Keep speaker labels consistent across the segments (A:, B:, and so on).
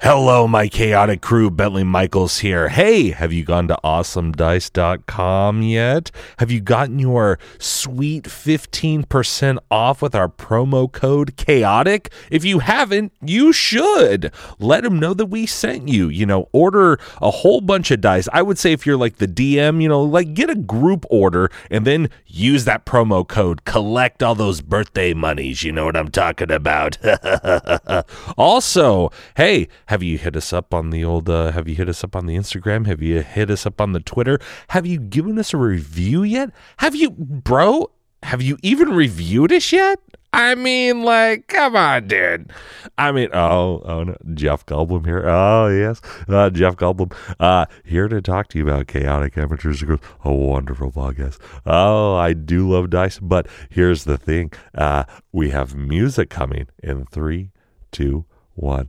A: Hello, my chaotic crew. Bentley Michaels here. Hey, have you gone to awesomedice.com yet? Have you gotten your sweet 15% off with our promo code chaotic? If you haven't, you should. Let them know that we sent you. You know, order a whole bunch of dice. I would say if you're like the DM, you know, like get a group order and then use that promo code. Collect all those birthday monies. You know what I'm talking about. also, hey, have you hit us up on the old? Uh, have you hit us up on the Instagram? Have you hit us up on the Twitter? Have you given us a review yet? Have you, bro? Have you even reviewed us yet? I mean, like, come on, dude. I mean, oh, oh no, Jeff Goldblum here. Oh yes, uh, Jeff Goldblum uh, here to talk to you about chaotic amateurs group. A wonderful podcast. Oh, I do love dice, but here's the thing: uh, we have music coming in three, two, one.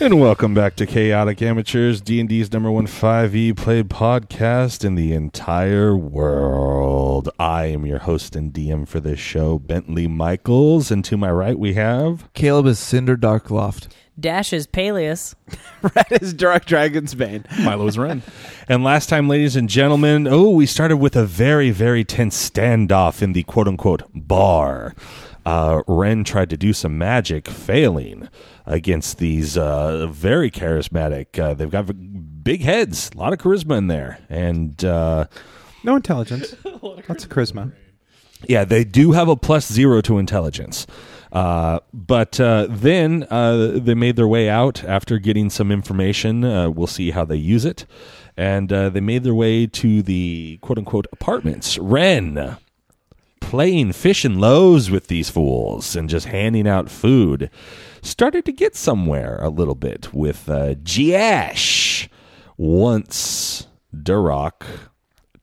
B: And welcome back to Chaotic Amateurs, D&D's number one 5e play podcast in the entire world. I am your host and DM for this show, Bentley Michaels, and to my right we have
C: Caleb is Cinder Darkloft.
D: Dash is Peleus.
E: Red is Dark Dragon's Bane.
B: Milo's Ren. and last time, ladies and gentlemen, oh, we started with a very, very tense standoff in the quote-unquote bar. Uh, Ren tried to do some magic, failing against these uh, very charismatic. Uh, they've got v- big heads, a lot of charisma in there, and uh,
E: No intelligence. Lots of charisma.
B: yeah, they do have a plus zero to intelligence. Uh, but uh, then uh, they made their way out after getting some information. Uh, we'll see how they use it, and uh, they made their way to the quote unquote apartments. Ren playing fish and loaves with these fools and just handing out food started to get somewhere a little bit with uh, Giash once Duroc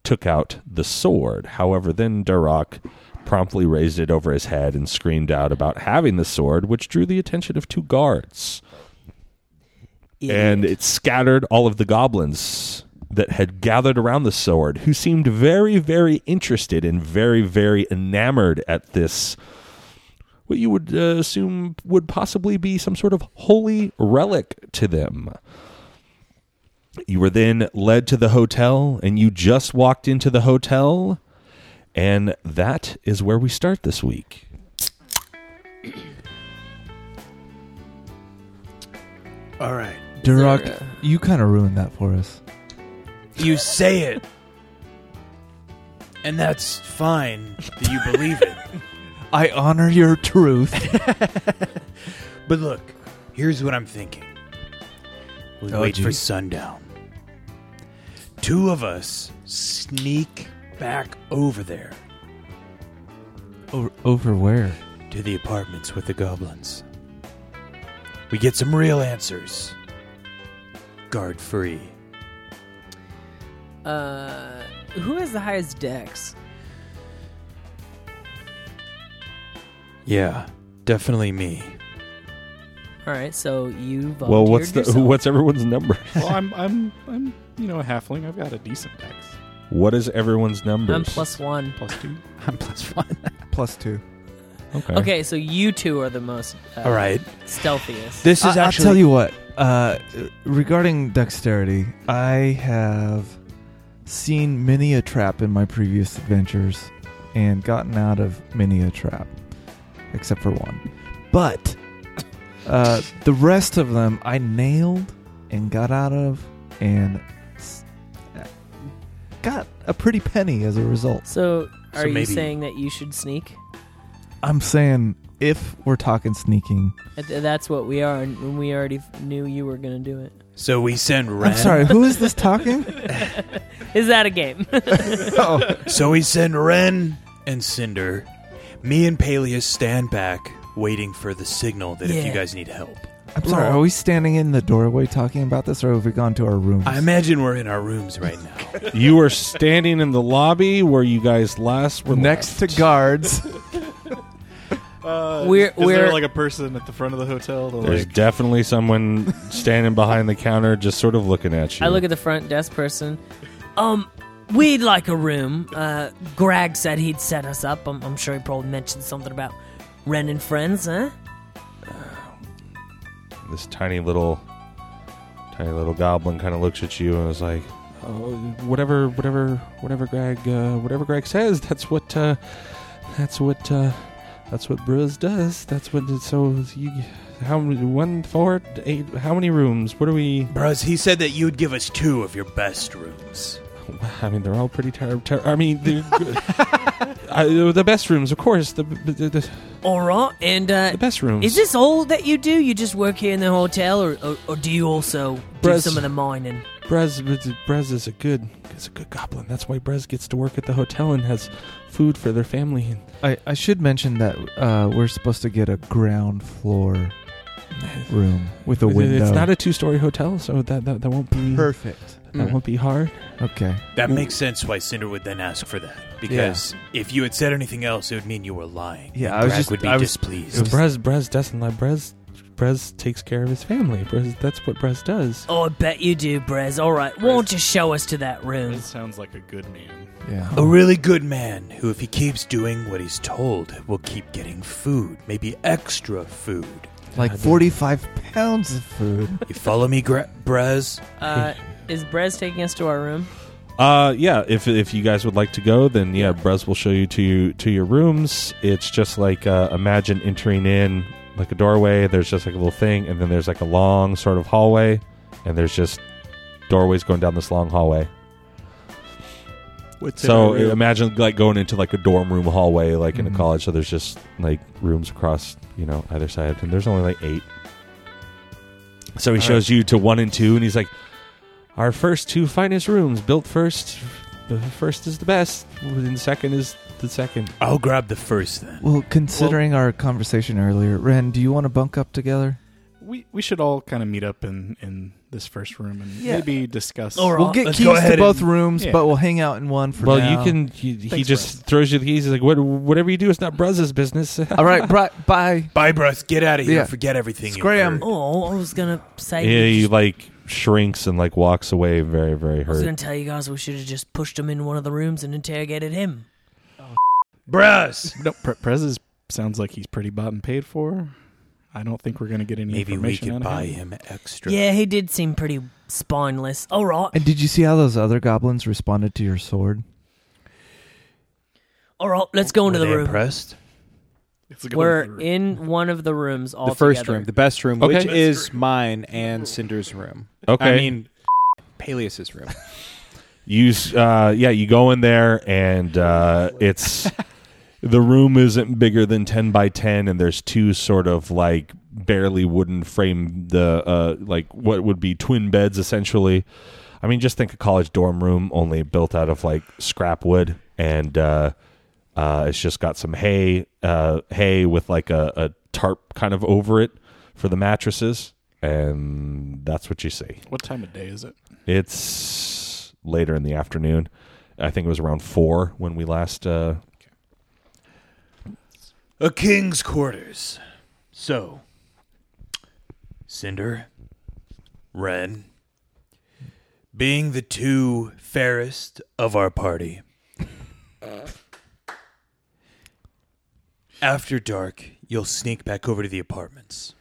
B: took out the sword. However, then Duroc promptly raised it over his head and screamed out about having the sword, which drew the attention of two guards. And it scattered all of the goblins that had gathered around the sword, who seemed very, very interested and very, very enamored at this, what you would uh, assume would possibly be some sort of holy relic to them. You were then led to the hotel, and you just walked into the hotel, and that is where we start this week.
F: All right.
C: Duroc, you kind of ruined that for us.
F: You say it. And that's fine that you believe it.
C: I honor your truth.
F: But look, here's what I'm thinking. We
C: Oh,
F: wait for
C: geez.
F: sundown. Two of us sneak back over there
C: over, over where?
F: to the apartments with the goblins. We get some real answers. Guard free.
D: Uh, who has the highest dex?
F: Yeah, definitely me.
D: All right, so you volunteered
B: Well, what's the,
D: yourself.
B: what's everyone's number?
G: well, I'm, I'm, I'm, you know, a halfling. I've got a decent dex.
B: What is everyone's number?
D: I'm plus one.
G: Plus two.
E: I'm plus one.
C: Plus two.
B: Okay.
D: Okay, so you two are the most uh,
F: All right.
D: stealthiest.
F: This is
C: I,
F: actually.
C: will tell you what. Uh, regarding dexterity, I have seen many a trap in my previous adventures and gotten out of many a trap, except for one. But uh, the rest of them I nailed and got out of and s- uh, got a pretty penny as a result.
D: So are
F: So
D: you
F: maybe-
D: saying that you should sneak?
C: I'm saying if we're talking sneaking,
D: Th- That's what we are, and we already f- knew you were going to do it.
F: So we send Ren.
C: I'm sorry, who is this talking?
D: Is that a game?
C: oh,
F: So we send Ren and Cinder
H: Me and Peleus stand back, waiting for the signal that if
D: Yeah.
H: you guys need help.
C: I'm sorry. Are we standing in the doorway talking about this, or have we gone to our rooms?
H: I imagine we're in our rooms right now.
B: you were standing in the lobby where you guys last were
C: next
B: left.
C: to guards.
G: Uh,
D: We're-
G: is
D: we're-
G: there like a person at the front of the hotel? To,
B: There's
G: like,
B: definitely someone standing behind the counter, just sort of looking at you.
D: I look at the front desk person. Um, we'd like a room. Uh, Greg said he'd set us up. I'm, I'm sure he probably mentioned something about Ren and friends, huh?
B: this tiny little, tiny little goblin kind of looks at you and is like, oh, "Whatever, whatever, whatever, Greg, uh, whatever Greg says, that's what, uh, that's what, uh, that's what Bruz does. That's what. So you, how many- one, four, eight? How many rooms? What are we?
H: Bruz, he said that you'd give us two of your best rooms.
B: I mean, they're all pretty terrible. Ter- I mean, they're good. uh, the best rooms, of course. The the, the,
D: All right. And uh,
B: the best
C: Mm.
B: rooms.
D: is this all that you do? You just work here in the hotel, or, or, or do you also do
B: Bros.
D: some of the mining?
B: Brez, Brez is a good is a good goblin. That's why Brez gets to work at the hotel and has food for their family. And
C: I, I should mention that uh, we're supposed to get a ground floor room with a
B: it-
C: window.
B: It's not a two story hotel, so oh, that, that that won't be
C: perfect.
B: that won't be hard.
C: Okay.
H: That makes sense why Cinder would then ask for that. Because if you had said anything else, it would mean you were lying.
C: Yeah,
H: Brack would be displeased.
B: So Brez Brez doesn't like Brez. Brez takes care of his family. Brez, that's what Brez does.
D: Oh, I bet you do, Brez. All right, why don't you show us to that room?
G: That sounds like a good man.
C: yeah.
H: A really good man who, if he keeps doing what he's told, will keep getting food, maybe extra food.
C: like forty-five pounds of food.
H: You follow me, Gra- Brez?
D: Uh, is Brez taking us to our room?
B: Uh, yeah. If if you guys would like to go, then yeah, Brez will show you to to your rooms. It's just like uh, imagine entering in like a doorway. There's just like a little thing, and then there's like a long sort of hallway, and there's just doorways going down this long hallway.
I: What's
B: so imagine like going into like a dorm room hallway, like in a
C: Mhm.
B: college. So there's just like rooms across you know either side, and there's only like eight. So he
C: All
B: shows you to one and two, and he's like, "Our first two finest rooms, built first. The first is the best, and the second is the second.
H: I'll grab the first then.
C: Well, considering our conversation earlier, Ren, do you want to bunk up together?
G: We we should all kind of meet up in in this first room and
C: Yeah.
G: maybe discuss.
D: All right.
C: We'll get
H: let's
C: keys
H: go
C: to
H: ahead
C: both
H: and-
C: rooms,
G: Yeah.
C: but we'll hang out in one for
B: well, you
C: now.
B: can. He, he
G: Thanks,
B: just throws you the keys. He's like, "What? Whatever you do, it's not Bruz's business."
C: All right, bri- bye.
H: Bye, Brez. Get out of here.
C: Yeah.
H: Forget everything you
C: Scram.
H: heard.
D: Oh, I was gonna say.
B: yeah, he like shrinks and like walks away, very very
D: I was
B: hurt.
D: gonna tell you guys we should have just pushed him in one of the rooms and interrogated him.
H: Brez!
G: No, Pre- Prez is, sounds like he's pretty bought and paid for. I don't think we're going to get any
H: Maybe we
G: information
H: could
G: out
H: buy
G: of him.
H: him extra.
D: Yeah, he did seem pretty spineless. All right,
C: And did you see how those other goblins responded to your sword?
D: all right, let's go into
H: Were
D: the
H: they
D: room.
H: impressed?
G: It's a good
D: We're
G: room.
D: in one of the rooms. All
I: the first
D: together.
I: room, the best room,
B: Okay.
I: which
B: Best
I: is mine and Cinder's room.
B: Okay.
I: I mean, Peleus's room.
B: you s- uh yeah you go in there and uh it's the room isn't bigger than 10 by 10 and there's two sort of like barely wooden frame the uh like what would be twin beds essentially i mean just think a college dorm room only built out of like scrap wood and uh uh it's just got some hay uh hay with like a, a tarp kind of over it for the mattresses and that's what you see
G: What time of day is it?
B: it's later in the afternoon. I think it was around four when we last. Uh,
H: A king's quarters. So, Cinder, Ren, being the two fairest of our party, after dark, you'll sneak back over to the apartments.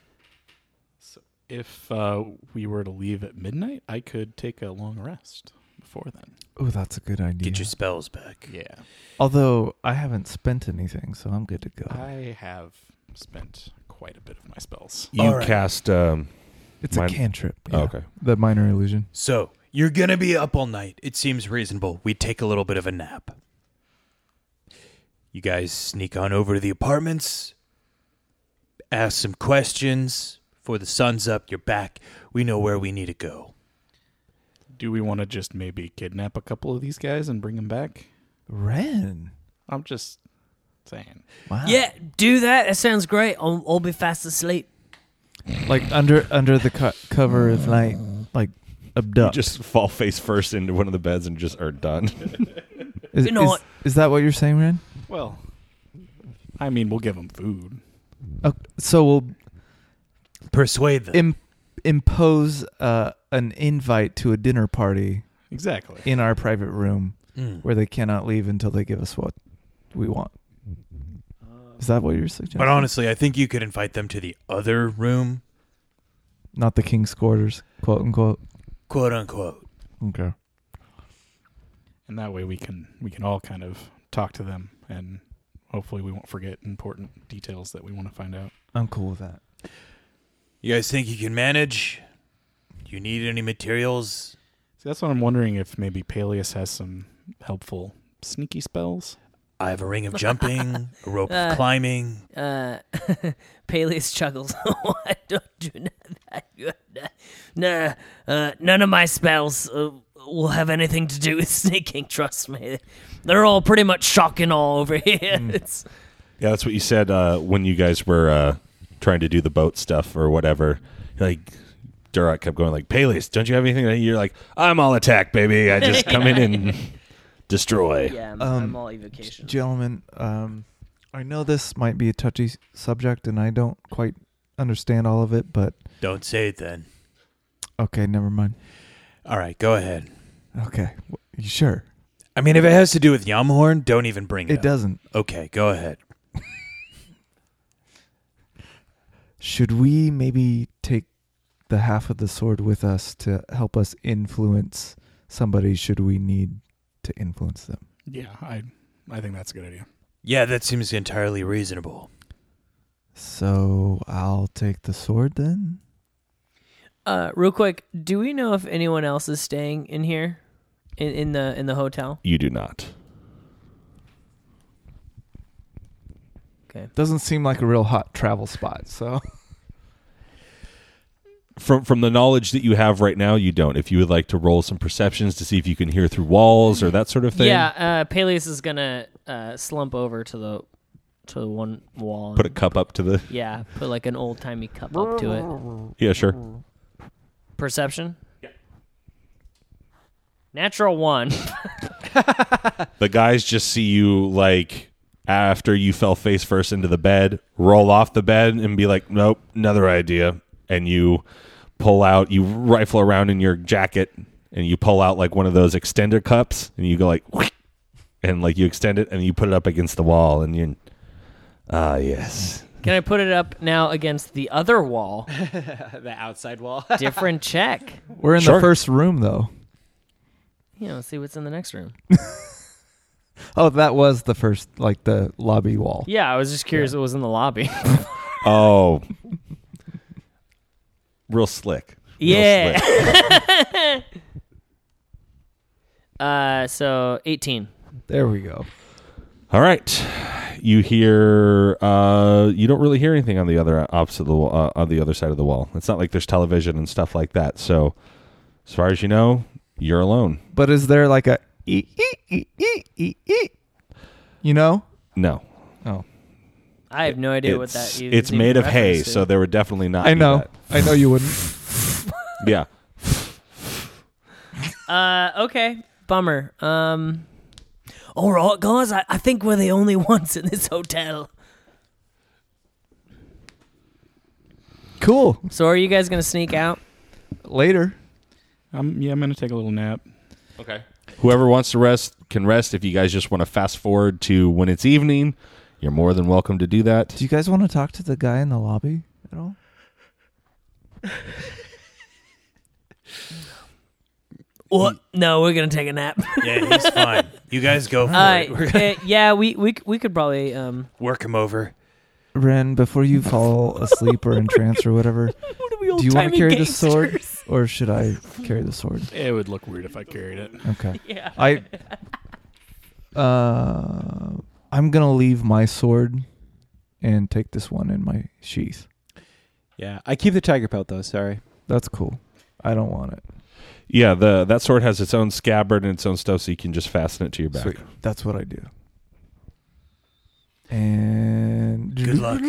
G: If uh, we were to leave at midnight, I could take a long rest before then.
C: Oh, that's a good idea.
H: Get your spells back.
G: Yeah.
C: Although I haven't spent anything, so I'm good to go.
G: I have spent quite a bit of my spells.
B: you
H: All right.
B: cast. Um,
C: it's
B: Mine-
C: a cantrip.
B: oh,
C: yeah.
B: okay.
C: The minor illusion.
H: So, you're going to be up all night. It seems reasonable. We take a little bit of a nap. You guys sneak on over to the apartments, ask some questions. Before the sun's up, you're back. We know where we need to go.
G: Do we want to just maybe kidnap a couple of these guys and bring them back?
C: Ren.
G: I'm just saying.
C: Wow.
D: Yeah, do that. That sounds great. I'll, I'll be fast asleep.
C: Like under under the co- cover of night, like abduct.
B: Just fall face first into one of the beds and just are done.
C: is,
D: You know
C: is-
D: what?
C: is that what you're saying, Ren?
G: Well, I mean, we'll give them food.
C: Oh, so we'll
J: Persuade them.
C: Im- impose uh, an invite to a dinner party
G: Exactly.
C: in our private room
J: Mm.
C: where they cannot leave until they give us what we want. Is that what you're suggesting?
J: But honestly, I think you could invite them to the other room,
C: Not the king's quarters, quote unquote.
J: quote unquote.
C: Okay.
G: and that way we can we can all kind of talk to them and hopefully we won't forget important details that we want to find out
C: I'm cool with that.
J: You guys think you can manage? Do you need any materials?
G: see that's what i'm wondering if maybe peleus has some helpful sneaky spells
J: I have a ring of jumping, a rope
D: Uh.
J: of climbing.
D: Uh, Peleus chuckles. I don't do none of that. You- Nah, uh, none of my spells uh, will have anything to do with sneaking. Trust me, they're all pretty much shocking all over here.
B: Mm.
D: It's-
B: Yeah, that's what you said uh, when you guys were uh, trying to do the boat stuff or whatever. Like Duroc kept going like, Peleus, don't you have anything? that You're like, I'm all attack, baby. I just come in and destroy.
D: yeah, I'm,
C: Um,
D: all evocation.
C: Gentlemen, um, I know this might be a touchy s- subject and I don't quite understand all of it, but
J: Don't say it then.
C: okay, never mind.
J: All right, go ahead.
C: Okay. W- You sure?
J: I mean, if it has to do with Yamhorn, don't even bring it.
C: It
J: up.
C: doesn't.
J: Okay, go ahead.
C: Should we maybe take the half of the sword with us to help us influence somebody should we need to influence them?
G: yeah i i think that's a good idea
J: Yeah, that seems entirely reasonable.
C: So I'll take the sword then?
D: Uh, real quick, do we know if anyone else is staying in here, in, in the in the hotel?
B: You do not.
C: Doesn't seem like a real hot travel spot, so
B: From from the knowledge that you have right now, you don't. If you would like to roll some perceptions to see if you can hear through walls or that sort of thing,
D: Yeah, uh, Peleus is gonna uh, slump over to the to the one wall.
B: put a
D: and-
B: cup up to the.
D: yeah, put like an old timey cup up to it.
B: Yeah, sure.
D: Perception. Natural one.
B: The guys just see you like after you fell face first into the bed, roll off the bed and be like, "Nope, another idea." And you pull out, you rifle around in your jacket and you pull out like one of those extender cups and you go like "Whee!" and like you extend it and you put it up against the wall and you Ah, yes.
D: Can I put it up now against the other wall?
E: the outside wall.
D: Different check.
C: we're in
B: Sure.
C: the first room though.
D: You know, see what's in the next room.
C: Oh, that was the first like the lobby wall.
D: Yeah, I was just curious what was in the lobby.
B: Oh. Real slick. Real
D: Yeah.
B: slick.
D: Uh, so eighteen.
C: There we go.
B: All right. You hear uh you don't really hear anything on the other opposite of the wall, uh, on the other side of the wall. It's not like there's television and stuff like that. So as far as you know, you're alone.
C: But is there like a ee, ee, ee, ee, ee? You know?
B: No.
C: Oh.
D: I have no idea what that
B: It's-
D: is.
B: It's
D: even
B: made of hay,
D: referenced to.
B: so there would definitely not
C: I
B: be
C: know.
B: that.
C: I know you wouldn't.
B: Yeah.
D: Uh, okay. Bummer. Um, all right, guys. I, I think we're the only ones in this hotel.
C: Cool.
D: So are you guys gonna sneak out?
C: Later.
G: um yeah i'm gonna take a little nap
B: Whoever wants to rest can rest. If you guys just want to fast forward to when it's evening, you're more than welcome to do that.
C: Do you guys want to talk to the guy in the lobby at all?
D: What? No, we're gonna take a nap.
J: Yeah, he's fine. You guys go for
D: All right.
J: it. We're
D: uh, yeah, we, we c- we could probably um.
J: gonna work him over.
C: Ren, before you fall asleep or in trance or whatever,
D: What are we
C: do you want to carry the sword or should I carry the sword?
G: it would look weird if i carried it
C: Okay.
D: Yeah.
C: I uh I'm going to leave my sword and take this one in my sheath.
E: yeah, I keep the tiger pelt though. Sorry.
C: That's cool. I don't want it.
B: Yeah, the that sword has its own scabbard and its own stuff, so you can just fasten it to your back.
C: That's what I do. And
J: Good luck.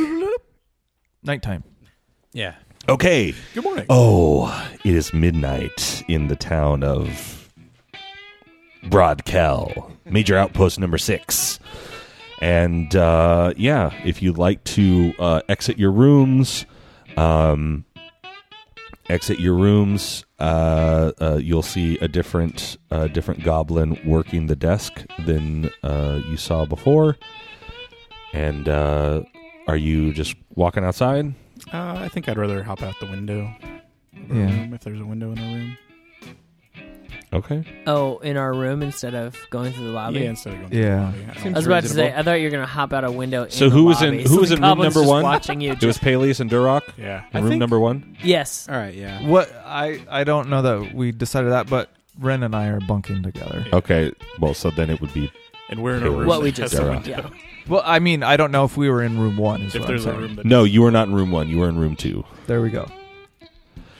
C: Nighttime.
J: Yeah.
B: Okay.
G: Good morning.
B: Oh, it is midnight in the town of Broadcal, major outpost number six. And uh, yeah, if you'd like to uh, exit your rooms, um, exit your rooms, uh, uh, you'll see a different uh, different goblin working the desk than uh, you saw before. And uh, are you just walking outside?
G: Uh, I think I'd rather hop out the window. of our
C: Yeah.
G: room, if there's a window in the room.
B: Okay.
D: Oh, in our room instead of going through the lobby.
G: Yeah, instead of going
C: Yeah.
G: to the lobby. I don't
D: I was
G: think it's
D: about to say,
G: reasonable.
D: I thought you were gonna hop out a window.
B: So
D: in the
B: who was in-
D: lobby.
B: who
D: So
B: was
D: the
B: in room
D: goblin's
B: number
D: just
B: one?
D: Watching you.
B: It was
D: Just,
B: Peleus and Duroc.
G: Yeah.
B: Room number one.
D: yes.
E: All right. Yeah.
C: What I I don't know that we decided that, but Ren and I are bunking together.
B: Okay. Well, so then it would be
G: And we're in a room.
D: What we
G: that has
D: just
G: a
B: Sarah.
D: said.
G: window.
D: Yeah.
C: Well, I mean, I don't know if we were in room one. Is
G: If
C: what
G: there's
C: I'm
G: a
C: saying.
G: room that
B: no. You were not in room one. You were in room two.
C: There we go.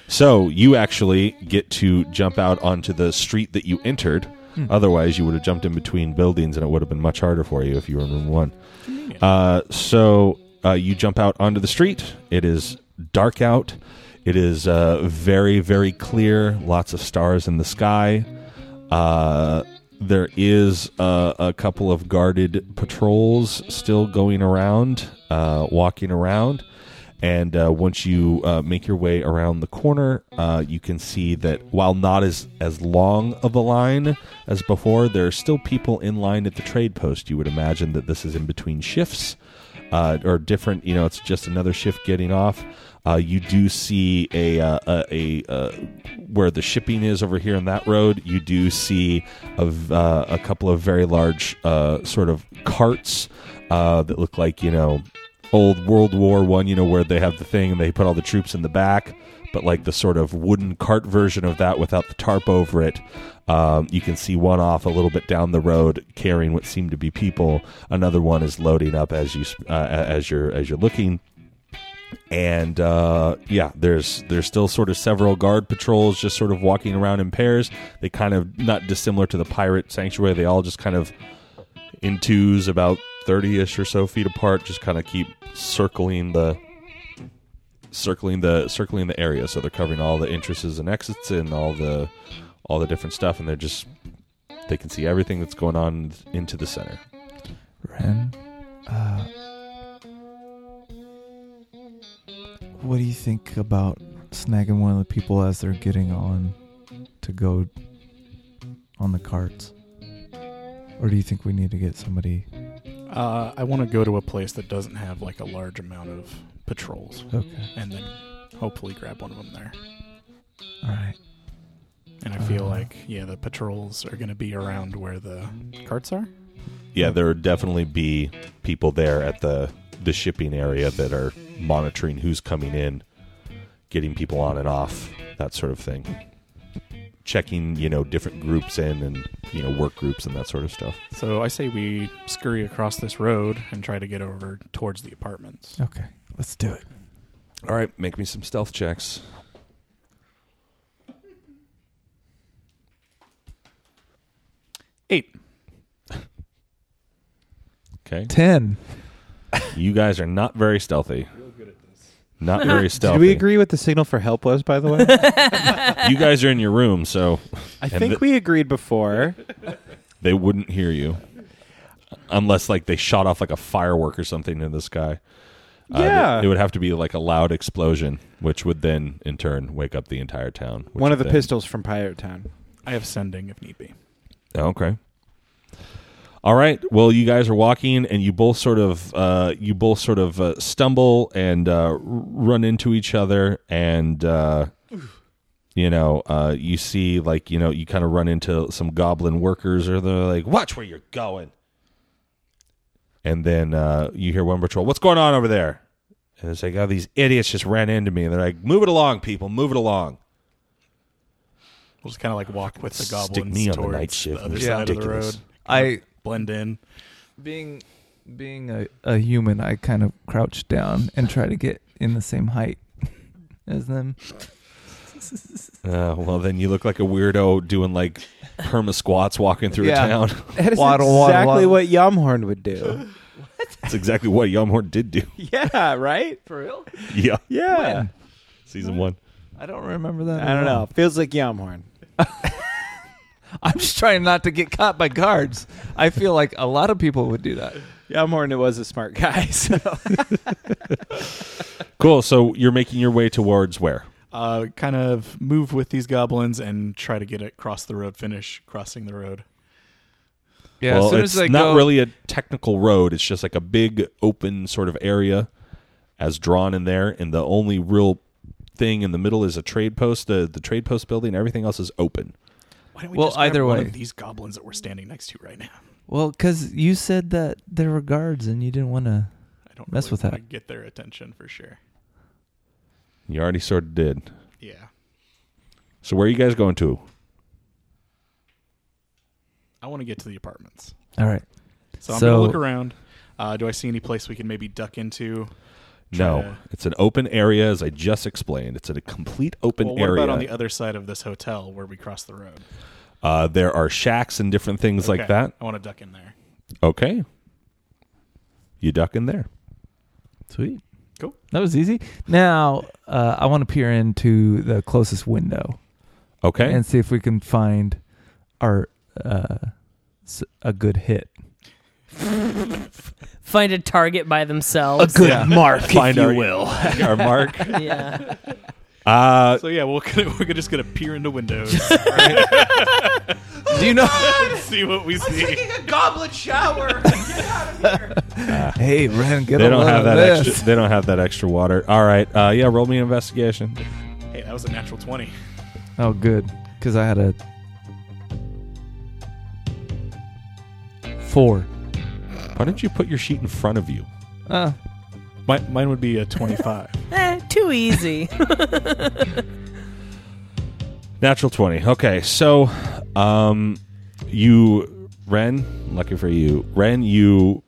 B: So you actually get to jump out onto the street that you entered.
G: Hmm.
C: Hmm.
B: Otherwise, you would have jumped in between buildings, and it would have been much harder for you if you were in room one. Uh, so uh, you jump out onto the street. It is dark out. It is uh, very, very clear. Lots of stars in the sky. Uh, there is uh, a couple of guarded patrols still going around, uh, walking around. And uh, once you uh, make your way around the corner, uh, you can see that while not as, as long of a line as before, there are still people in line at the trade post. You would imagine that this is in between shifts uh, or different. You know, it's just another shift getting off. Uh, you do see a, uh, a, a uh, where the shipping is over here on that road. You do see a, v- uh, a couple of very large uh, sort of carts uh, that look like you know old World War One. You know where they have the thing and they put all the troops in the back. But like the sort of wooden cart version of that without the tarp over it, um, you can see one off a little bit down the road carrying what seem to be people. Another one is loading up as you s- uh, as you're as you're looking. And uh, yeah, there's there's still sort of several guard patrols just sort of walking around in pairs. They kind of not dissimilar to the pirate sanctuary. They all just kind of in twos, about thirty ish or so feet apart, just kind of keep circling the circling the circling the area. So they're covering all the entrances and exits and all the all the different stuff, and they're just they can see everything that's going on into the center.
C: Ren, uh, what do you think about snagging one of the people as they're getting on to go on the carts? Or do you think we need to get somebody?
G: Uh, I want to go to a place that doesn't have like a large amount of patrols,
C: Okay.
G: and then hopefully grab one of them there.
C: All right.
G: And I feel
C: Uh.
E: Uh-huh.
G: like yeah, the patrols are going to be around where the carts are.
B: Yeah, there would definitely be people there at the the shipping area that are monitoring who's coming in, getting people on and off, that sort of thing. Checking, you know, different groups in and you know work groups and that sort of stuff.
G: So I say we scurry across this road and try to get over towards the apartments.
C: Okay. Let's do it.
B: All right, make me some stealth checks.
G: Eight.
B: Okay,
C: 10.
B: you guys are not very stealthy. Not very stealthy.
E: Did we agree what the signal for help was, by the way?
B: You guys are in your room, so
E: I
B: And
E: think
B: the-
E: we agreed before.
B: they wouldn't hear you unless like they shot off like a firework or something in the sky Uh,
E: Yeah.
B: it would have to be like a loud explosion which would then in turn wake up the entire town which
E: One of the
B: then-
E: pistols from Pirate Town.
G: I have sending if need be.
B: Oh, okay all right well you guys are walking and you both sort of uh, you both sort of uh, stumble and uh, r- run into each other and uh, you know uh, you see like you know you kind of run into some goblin workers or they're like watch where you're going and then uh, you hear one patrol what's going on over there and it's like oh these idiots just ran into me and they're like move it along people move it along
G: We'll just kind of like walk with the goblins
B: Stick me on the
G: towards
B: night shift.
G: the other
B: It's
G: side
B: ridiculous.
G: of the road.
C: I
G: Blend in.
C: being being a, a human, I kind of crouch down and try to get in the same height as them.
B: Uh, well, then you look like a weirdo doing like perma squats walking through
C: Yeah.
B: a town.
E: That is
C: Waddle, waddle,
E: exactly
C: waddle.
E: what Yomhorn would do.
B: That's exactly what Yomhorn did do.
E: Yeah, right?
D: For real?
B: yeah.
E: Yeah.
B: Season one.
C: I don't remember that.
E: I
C: at
E: don't
C: all.
E: know. Feels like Yamhorn.
C: I'm just trying not to get caught by guards. I feel like a lot of people would do that.
E: Yamhorn was a smart guy. So.
B: Cool. So you're making your way towards where?
G: Uh, kind of move with these goblins and try to get it across the road, finish crossing the road.
C: Yeah,
B: well,
C: as soon
B: it's
C: as I
B: not
C: go,
B: really a technical road. It's just like a big open sort of area as drawn in there. And the only real thing in the middle is a trade post, the, the trade post building. Everything else is open.
G: Why don't we
C: Well,
G: just grab
C: either
G: one
C: way.
G: of these goblins that we're standing next to right now?
C: Well, because you said that there were guards and you didn't want to.
G: I don't
C: Mess
G: really
C: with
G: wanna
C: that.
G: Get their attention for sure.
B: You already sort of did.
G: Yeah,
B: So where are you guys going to?
G: I want to get to the apartments,
C: All right.
G: so I'm
C: So-
G: gonna look around. Uh, do I see any place we can maybe duck into?
B: No,
G: Try to-
B: it's an open area, as I just explained. It's a complete open
G: well, what
B: area.
G: about on the other side of this hotel where we cross the road?
B: uh, there are shacks and different things like
G: Okay,
B: that.
G: I want to duck in there.
B: Okay. You duck in there.
C: Sweet.
G: Cool.
C: That was easy. Now, uh, I want to peer into the closest window
B: Okay.
C: and see if we can find our uh, s- a good hit.
D: Find a target by themselves.
J: mark,
B: Find
J: if
B: our-
J: you will.
B: our mark.
D: yeah.
B: Uh,
G: So yeah, we'll, we're just gonna peer into windows
C: Do you know?
G: and see what we see.
J: a goblet shower.
C: hey, Ren, get
B: they
C: a
B: don't
C: load
B: have
C: of
B: that
C: this.
B: extra. They don't have that extra water. All right. Uh, yeah. Roll me an investigation.
G: Hey, that was a natural twenty.
C: Oh, good. Because I had a four.
B: Why don't you put your sheet in front of you?
C: Uh,
G: Mi- mine would be a twenty-five.
D: Eh, too easy.
B: Natural twenty. Okay. So, um, you, Ren. Lucky for you, Ren. You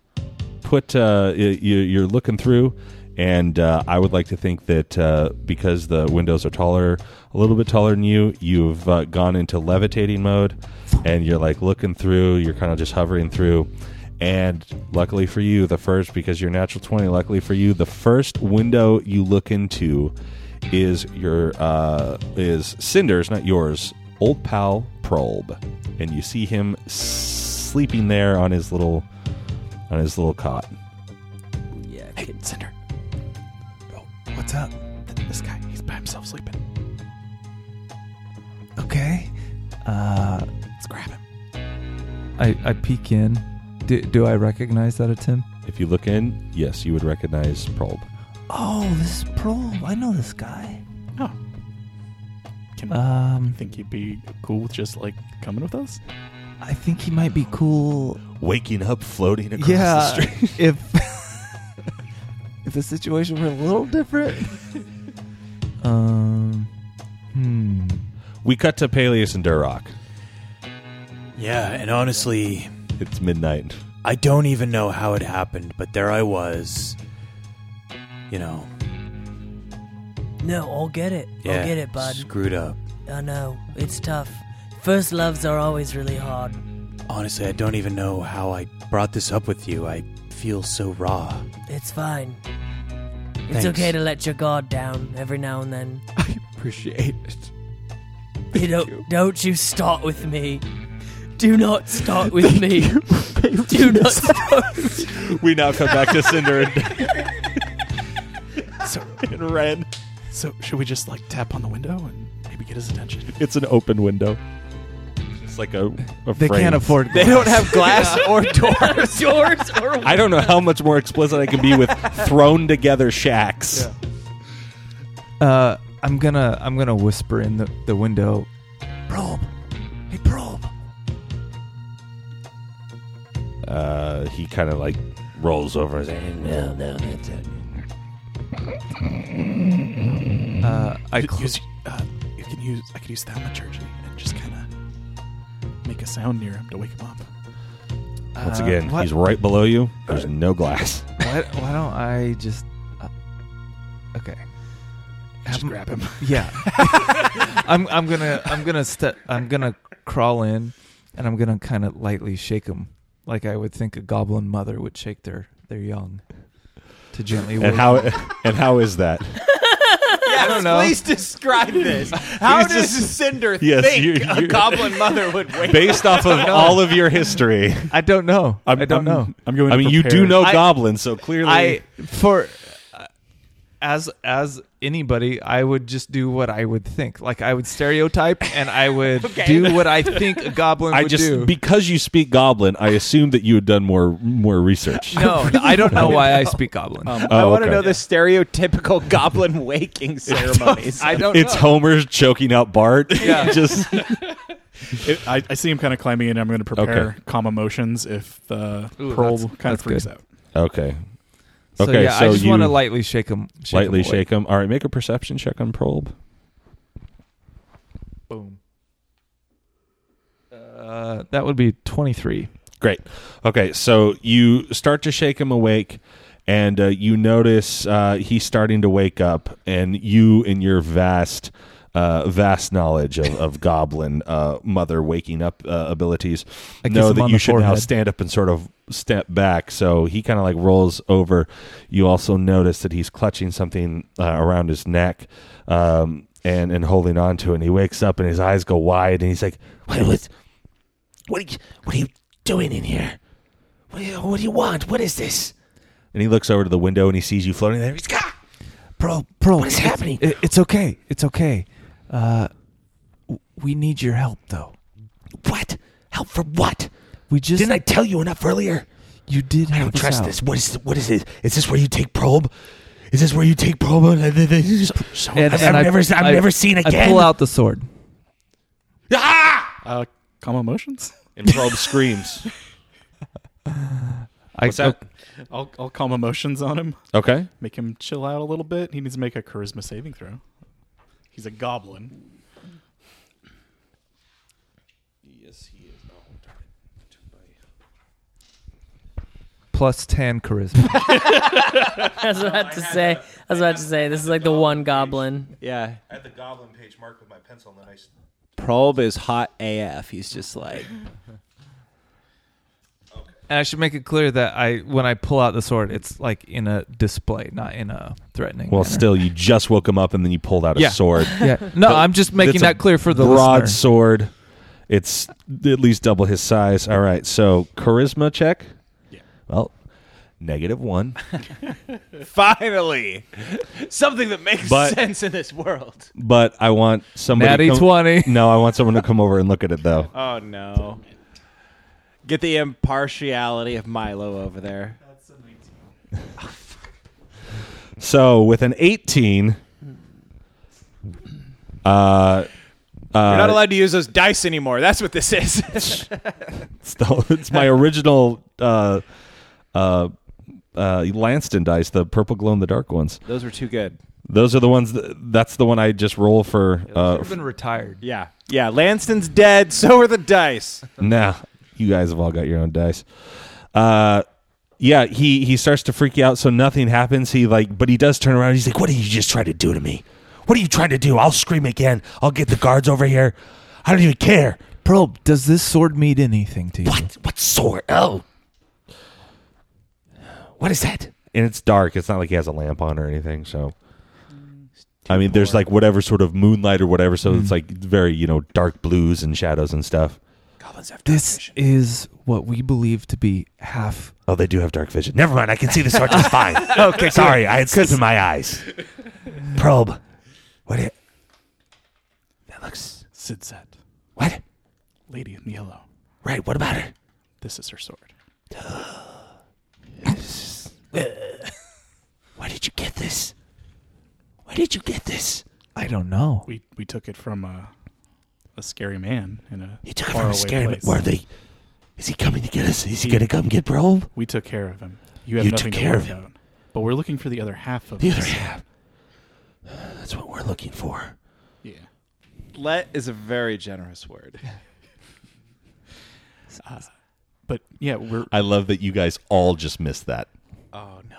B: put. Uh, y- you, you're looking through, and uh, I would like to think that uh, because the windows are taller, a little bit taller than you, you've uh, gone into levitating mode, and you're like looking through. You're kind of just hovering through. And luckily for you, the first, because you're natural 20, luckily for you, the first window you look into is your, uh, is Cinder's, not yours, old pal Probe. And you see him sleeping there on his little, on his little cot.
D: yeah.
G: Hey, Cinder. Oh, what's up? Th- This guy, he's by himself sleeping.
C: okay. Uh,
G: Let's grab him.
C: I, I peek in. Do, do I recognize that it's him?
B: If you look in, yes, you would recognize Probe.
C: Oh, this is Probe. I know this guy.
G: Can
C: Um,
G: you think he'd be cool with just like coming with us?
C: I think he might be cool.
B: Waking up, floating
C: if if the situation were a little different. um, hmm.
B: We cut to Peleus and Durok.
J: yeah, and honestly,
B: It's midnight.
J: I don't even know how it happened, but there I was. You know,
D: No, I'll get it.
J: yeah,
D: I'll get it, bud.
J: screwed up.
D: I know. It's tough. First loves are always really hard.
J: Honestly, I don't even know how I brought this up with you. I feel so raw.
D: It's fine. It's
J: Thanks.
D: okay to let your guard down every now and then.
E: I appreciate it.
D: You don't, don't you start with me. Do not start with me. Do not start.
B: We now cut back to Cinder and
G: So in red. So should we just like tap on the window and maybe get his attention?
B: it's an open window. It's like a, a
C: They
B: frame.
C: can't afford.
E: They don't have glass or doors.
D: Doors or
B: I don't know how much more explicit I can be with thrown together shacks.
C: Uh, I'm gonna I'm gonna whisper in the, the window. Probe, hey probe.
B: Uh, he kind of like rolls over his hand. No, no, that's it. Mm-hmm.
C: Uh, I
G: Could
C: cl-
G: use, uh, you can use. I could use thaumaturgy and just kind of make a sound near him to wake him up.
B: Once
C: uh,
B: again,
C: what-
B: he's right below you. There's no glass.
C: why, why don't I just? Uh, okay.
G: Just
C: Um,
G: grab him.
C: Yeah. I'm I'm gonna I'm gonna step I'm gonna crawl in, and I'm gonna kind of lightly shake him, like I would think a goblin mother would shake their They're young. To gently
B: And
C: wake-
B: how and how is that?
E: Yes, please describe this. How does Cinder
B: Yes,
E: think
B: you-
E: a
B: you-
E: goblin mother would wait?
B: Based off of all of your history,
C: I don't know. I'm, I do not know.
G: I'm going.
B: I mean, you do
G: prepared.
B: know
C: I-
B: goblins, so clearly,
C: I for uh, as as anybody, I would just do what I would think. Like I would stereotype and I would do what I think a goblin
B: I
C: would
B: just
C: do.
B: because you speak goblin, I assumed that you had done more more research.
C: no, I don't know why I speak goblin.
E: I
B: Oh,
E: want to
B: okay.
E: know the stereotypical goblin waking ceremonies.
C: I don't.
B: It's
C: know.
B: Homer's choking out Bart.
C: Yeah.
B: just
G: It, I, I see him kind of climbing in. I'm going to prepare
B: Okay.
G: calm emotions if the
C: Ooh,
G: pearl
C: that's-
G: kind
C: that's
G: of freaks
C: good.
G: out.
B: okay.
C: So,
B: Okay,
C: yeah, I
B: so
C: just want to
B: you-
C: lightly shake him. Shake 'em
B: Lightly
C: awake.
B: shake him. All right, make a perception check on probe.
C: Boom. Uh, that would be twenty three.
B: Great. Okay, so you start to shake him awake, and uh, you notice uh, he's starting to wake up, and you, in your vast, uh, vast knowledge of, of goblin uh, mother waking up uh, abilities,
C: I kiss
B: know
C: him
B: that
C: on
B: you
C: the
B: should now
C: forehead.
B: stand up and sort of step back. So he kind of like rolls over. You also notice that he's clutching something uh, around his neck. Um, and, and holding on to it, and he wakes up, and his eyes go wide, and he's like, "Wait, what? What are you, what are you doing in here? What do, you, what do you want? What is this? And he looks over to the window and he sees you floating there. He's "Gah!"
C: Bro, bro,
B: What is
C: it's-
B: happening?
C: it- it's okay. It's okay. Uh, w- we need your help though.
B: What? Help for what?
C: We just
B: Didn't I tell you enough earlier?
C: you did
B: I
C: help
B: don't
C: us
B: trust
C: out.
B: this. What is what is it? Is this where you take probe? Is this where you take probe? So,
C: And-
B: I've, I've
C: and I-
B: never I've
C: I-
B: never seen again.
C: I pull out the sword.
B: Ah!
G: Uh, calm emotions.
B: And probe screams.
C: I, uh,
B: What's that?
G: I'll I'll calm emotions on him.
B: Okay.
G: Make him chill out a little bit. He needs to make a charisma saving throw. He's a goblin.
C: plus ten charisma.
D: I was about to say. I was about to say. This is like the one goblin.
E: yeah.
A: I had the goblin page marked with my pencil, and then I.
E: Probe is hot AF. He's just like,
C: and I should make it clear that I, when I pull out the sword, it's like in a display, not in a threatening.
B: Well,
C: manner.
B: still, you just woke him up and then you pulled out a
C: Yeah.
B: sword.
C: yeah. No, I'm just making
B: That's a
C: that clear for the
B: broad
C: listener.
B: sword. It's at least double his size. All right, so charisma check.
G: Yeah.
B: Well, negative one,
E: finally, something that makes
B: But-
E: sense in this world.
B: but I want somebody.
C: Natty
B: come-
C: twenty. Uh.
B: No, I want someone to come over and look at it though.
E: Oh, no. Get the impartiality of Milo over there.
B: So with an eighteen, uh,
E: You're not
B: uh,
E: allowed to use those dice anymore. That's what this is.
B: it's, the- it's my original uh, uh, uh, Lanston dice, the purple glow and the dark ones.
E: those were too good.
B: Those are the ones. That, that's the one I just roll for. Uh,
C: I've been retired.
E: Yeah. Yeah. Lanston's dead. So are the dice.
B: Nah, you guys have all got your own dice. Uh, yeah, he he starts to freak out, so nothing happens. He like, but he does turn around. He's like,
F: What did you just try to do to me? What are you trying to do? I'll scream again. I'll get the guards over here. I don't even care.
C: Probe, does this sword mean anything to you?
F: What? What sword? Oh. What is that?
B: and it's dark. It's not like he has a lamp on or anything. So, I mean, there's like whatever sort of moonlight or whatever. So
F: Mm-hmm.
B: it's like very you know dark blues and shadows and stuff.
C: This is what we believe to be half.
F: Oh, they do have dark vision. Never mind. I can see the sword just fine. okay, sorry. I had sleep in my eyes. Probe. What? It, that looks.
G: Sid said,
F: What?
G: "Lady in yellow.
F: Right. What about her?
G: This is her sword.
F: Where did you get this? Where did you get this?
C: I don't know.
G: We we took it from a a scary man in a
F: You took it
G: far
F: from a
G: away
F: scary man.
G: place.
F: Were they? Is he coming to get us? Is he gonna come get Probe?
G: We took care of him. You have
F: You
G: nothing
F: took
G: to
F: care
G: worry
F: of him.
G: about. But we're looking for the other half of
F: The
G: this.
F: other half. That's what we're looking for.
G: Yeah.
E: Let is a very generous word.
G: But yeah, we're
B: I love that you guys all just missed that.
E: Oh, no.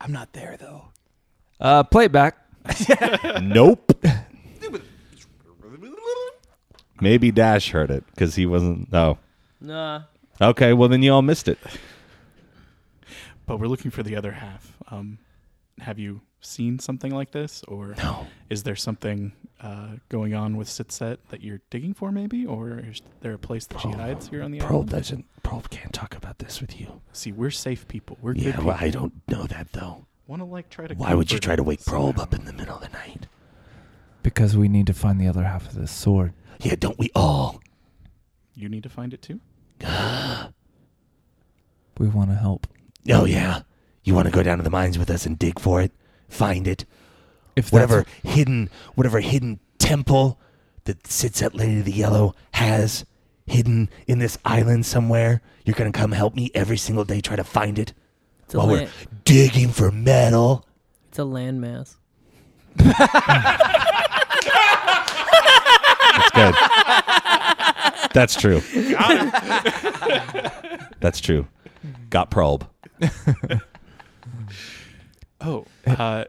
E: I'm not there, though.
C: Uh, play it back.
B: nope. Maybe Dash heard it because he wasn't. Oh,
D: Nah.
B: okay. Well, then you all missed it.
G: but we're looking for the other half. Um, have you seen something like this, or is there something uh, going on with Sitset that you're digging for, maybe, or is there a place that she hides here on the
H: Probe
G: island?
H: doesn't. Probe can't talk about this with you.
G: See, we're safe people. We're good
H: Yeah,
G: people.
H: well, I don't know that though.
G: want to like try to.
H: Why would you
G: comfort
H: try to
G: her
H: wake Probe
G: somehow.
H: up in the middle of the night?
C: Because we need to find the other half of this sword.
H: Yeah, don't we all?
G: You need to find it too.
C: We want to help.
H: Oh yeah. You want to go down to the mines with us and dig for it, find it,
C: If
H: whatever
C: that's,
H: hidden, whatever hidden temple that sits at Lady of the Yellow has hidden in this island somewhere. You're gonna come help me every single day, try to find it
D: It's a,
H: while
D: land,
H: we're digging for metal.
D: it's a landmass.
B: That's true. That's true. Got probe.
H: Eh.
G: Oh, uh,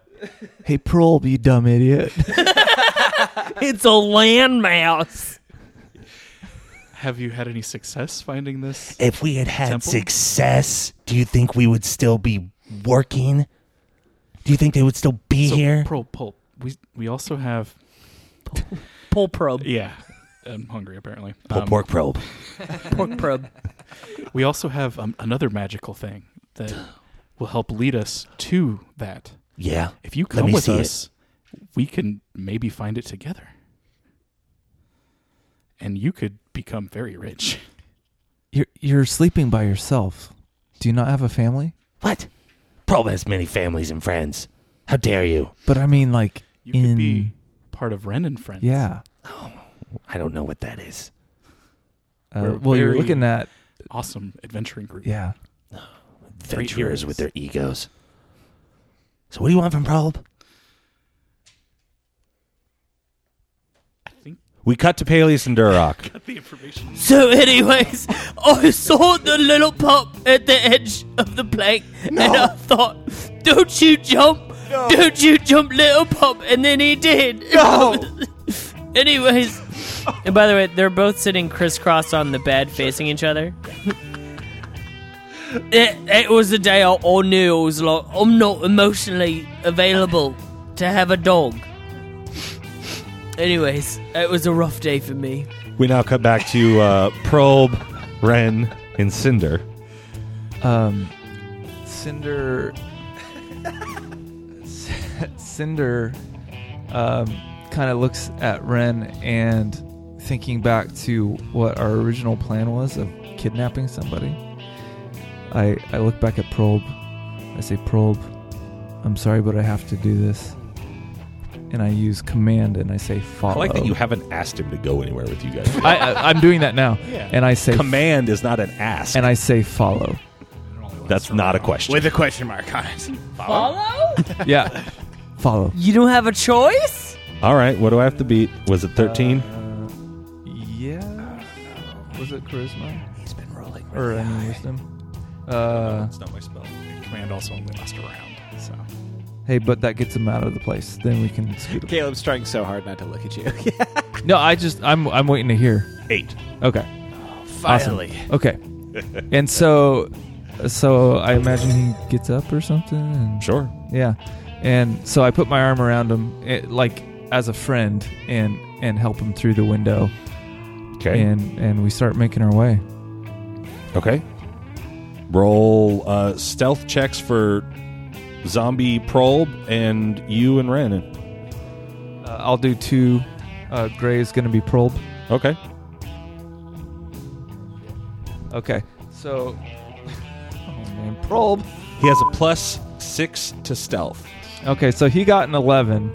C: hey, probe, you dumb idiot.
D: It's a landmass.
G: have you had any success finding this?
H: If we had had
G: Temple?
H: success, do you think we would still be working? Do you think they would still be
G: So,
H: here?
G: Pearl, Pearl, we we also have.
D: Pull probe.
G: Yeah, I'm hungry apparently.
H: Pull
G: Um,
H: pork probe.
D: Pork probe.
G: We also have um, another magical thing that will help lead us to that.
H: Yeah.
G: If you
H: Let
G: come
H: me
G: with
H: see it.
G: us, we can maybe find it together. And you could become very rich.
C: You're, you're sleeping by yourself. Do you not have a family?
H: What? Probe has many families and friends. How dare you?
C: But I mean, like,
G: You
C: in.
G: could be part of Ren and Friends.
C: yeah.
H: I don't know what that is.
G: We're
C: Uh, well, you're
G: very-
C: looking at.
G: Awesome adventuring group.
C: Yeah.
G: Three
H: Adventurers with their
G: heroes.
H: egos. So what do you want from Probe?
G: I think
B: We cut to Peleus and Duroc.
G: got the information.
D: So, anyways, I saw the little pup at the edge of the plank, and I thought, "Don't you jump! Don't you jump, little pup!" And then he did. No. anyways, and by the way, they're both sitting crisscross on the bed, facing each other. It, it was a day I, I knew I was like, I'm not emotionally available to have a dog. Anyways, it was a rough day for me.
B: We now cut back to uh, Probe, Ren, and Cinder.
C: Um, Cinder. C- Cinder um, kind of looks at Ren and thinking back to what our original plan was of kidnapping somebody. I, I look back at Probe. I say, Probe, I'm sorry, but I have to do this. And I use command and I say, follow.
B: I like that you haven't asked him to go anywhere with you guys.
C: I, I, I'm doing that now. And I say,
B: Command is not an ask.
C: and I say, follow.
B: That's not a question.
E: With a question mark on it.
D: Follow?
C: Yeah. follow.
D: You don't have a choice?
B: All right, what do I have to beat? Was it 13?
C: Yeah. Was it charisma
H: He's been rolling.
C: or I mean wisdom? Uh,
B: not my spell.
G: Command also only lasts a round. So
C: hey, but that gets him out of the place. Then we can scoot. him.
E: Caleb's trying so hard not to look at you.
C: No, I just I'm I'm waiting to hear.
B: Eight.
C: Okay,
E: Finally.
C: okay. and so, so I imagine he gets up or something. And,
B: Sure.
C: Yeah, and so I put my arm around him, it, like as a friend, and and help him through the window,
B: Okay.
C: and and we start making our way.
B: Okay. Roll uh, stealth checks for zombie probe and you and Ren.
C: Uh, I'll do two. Uh, Gray is going to be probe.
B: Okay.
C: Okay. So. Oh man, probe.
B: He has a plus six to stealth.
C: Okay, so he got an 11,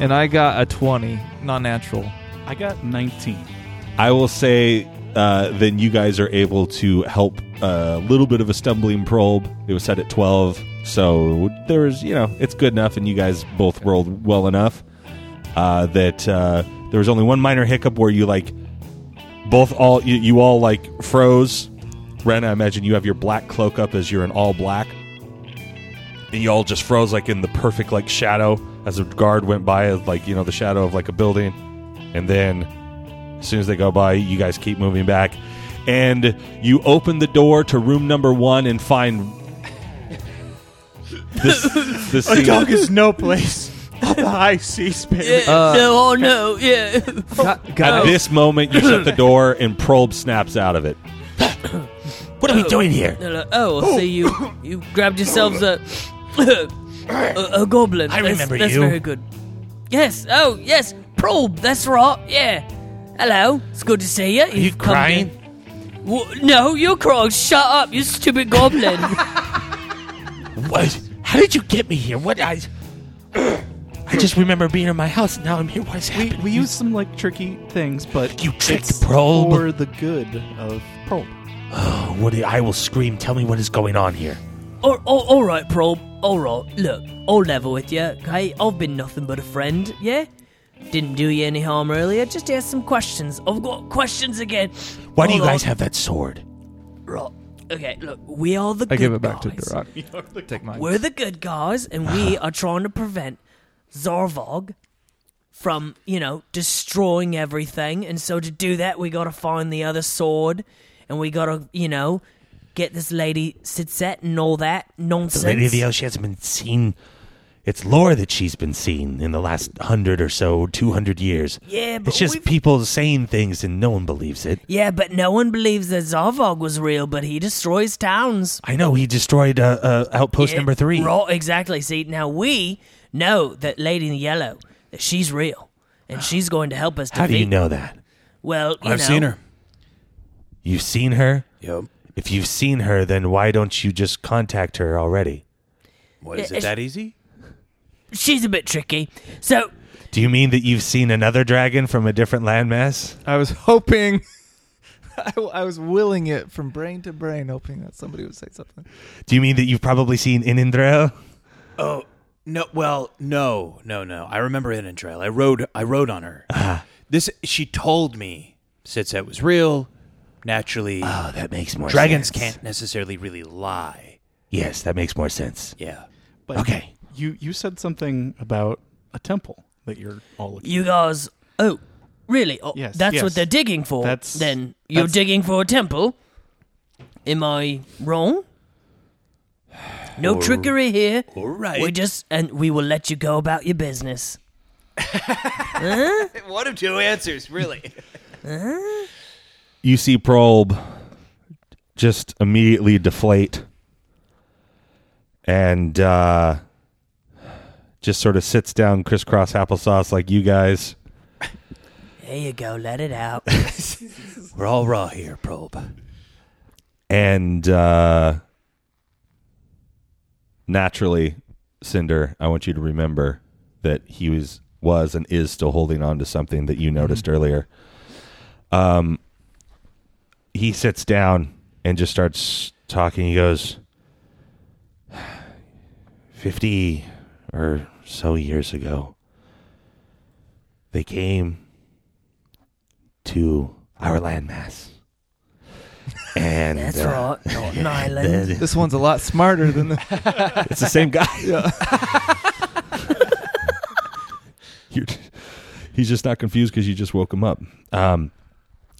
C: and I got a 20, not natural.
G: I got 19.
B: I will say uh, then you guys are able to help a little bit of a stumbling probe. It was set at 12, so there was, you know, it's good enough, and you guys both rolled well enough uh, that uh, there was only one minor hiccup where you, like, both all, you, you all, like, froze. Ren, I imagine you have your black cloak up as you're in all black. And you all just froze, like, in the perfect, like, shadow as a guard went by, like, you know, the shadow of, like, a building. And then as soon as they go by, you guys keep moving back. And you open the door to room number one and find This, this
E: A
B: scene-
E: dog is no place on the high seas, baby.
H: Uh,
D: no, oh no, yeah.
C: Got,
B: At
C: got
B: this moment, you shut the door and Probe snaps out of it.
H: What are we doing here?
D: Hello. Oh, I see you. You grabbed yourselves a a, a goblin.
H: I
D: That's-
H: remember
D: that's,
H: you.
D: very good. Yes. Oh, yes. Probe. That's right. Yeah. Hello. It's good to see you. Are
H: you crying?
D: no, you're crying. Shut up, you stupid goblin.
H: What? How did you get me here? What? I, I just remember being in my house and now I'm here. What is
G: We,
H: happening?
G: we use some like tricky things, but
H: You tricked
G: it's
H: Probe.
G: for the good of Probe.
H: Oh, what do- I will scream. Tell me what is going on here.
D: all, all, all right, Probe. All right. Look, I'll level with you. Okay, I've been nothing but a friend. Yeah. Didn't do you any harm earlier. Just asked some questions. I've got questions again.
H: Why do you
D: Hold
H: guys
D: on.
H: have that sword?
D: Right. Okay. Look, we are the.
C: I
D: good
C: give it back to
D: guys.
C: Durak. Take mine.
D: We're the good guys, and we are trying to prevent Zarvog from, you know, destroying everything. And so to do that, we gotta find the other sword, and we gotta, you know, get this lady Sitset and all that
H: The
D: nonsense.
H: Lady of the Ocean hasn't been seen. It's lore that she's been seen in the last hundred or so, two hundred years.
D: yeah, but
H: It's just
D: we've-
H: people saying things and no one believes it.
D: yeah, but no one believes that Zarvog was real, but he destroys towns.
H: I know he destroyed uh, uh, outpost
D: Yeah,
H: number three.
D: Right, exactly. See, now we know that Lady in Yellow, that she's real, and she's going to help us defeat.
H: How do you know that?
D: Well, you
J: I've
D: know,
J: seen her.
H: You've seen her.
J: Yep.
H: If you've seen her, then why don't you just contact her already?
J: What is
D: Yeah,
J: it
D: it's-
J: that easy?
D: She's a bit tricky. So,
H: Do you mean that you've seen another dragon from a different landmass?
C: I was hoping. I, I was willing it from brain to brain, hoping that somebody would say something.
H: Do you mean that you've probably seen Inindra?
J: Oh no! Well, no, no, no. I remember in trail. I rode. I rode on her.
H: Ah.
J: This she told me Sitset was real. Naturally,
H: Oh, that makes more
J: dragons
H: sense.
J: can't necessarily really lie.
H: Yes, that makes more sense.
J: Yeah.
G: But
H: Okay.
G: you you said something about a temple that you're all looking.
D: you guys, oh, really? Oh,
G: Yes,
D: that's
G: yes.
D: what they're digging for.
G: That's-
D: then you're
G: that's-
D: digging for a temple. Am I wrong? No trickery here.
J: All right.
D: We just and we will let you go about your business.
J: One of two answers, really.
B: You see Probe just immediately deflate and uh, just sort of sits down crisscross applesauce like you guys.
D: There you go. Let it out.
J: We're all raw here, probe.
B: And uh, naturally, Cinder, I want you to remember that he was was and is still holding on to something that you noticed earlier. Um, he sits down and just starts talking. He goes,
H: 50 or so years ago, they came to our landmass. And
D: That's
H: uh,
D: right. Not an island.
H: the-
C: This one's a lot smarter than the.
B: It's the same guy. You're, he's just not confused because you just woke him up.
H: um,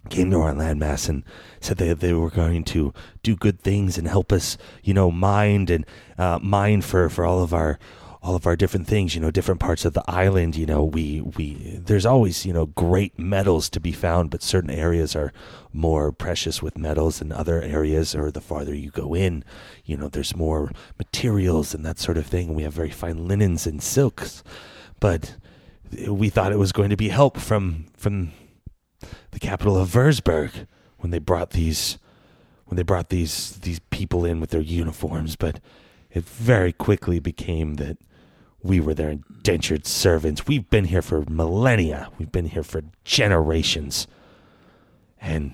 H: came to our landmass and said that they were going to do good things and help us, you know, mind and uh, mine for for all of our all of our different things, you know, different parts of the island. You know, we we there's always you know great metals to be found, but certain areas are more precious with metals than other areas. Or the farther you go in, you know, there's more materials and that sort of thing. We have very fine linens and silks, but we thought it was going to be help from from the capital of Würzburg when they brought these when they brought these these people in with their uniforms, but it very quickly became that we were their indentured servants. We've been here for millennia. We've been here for generations. And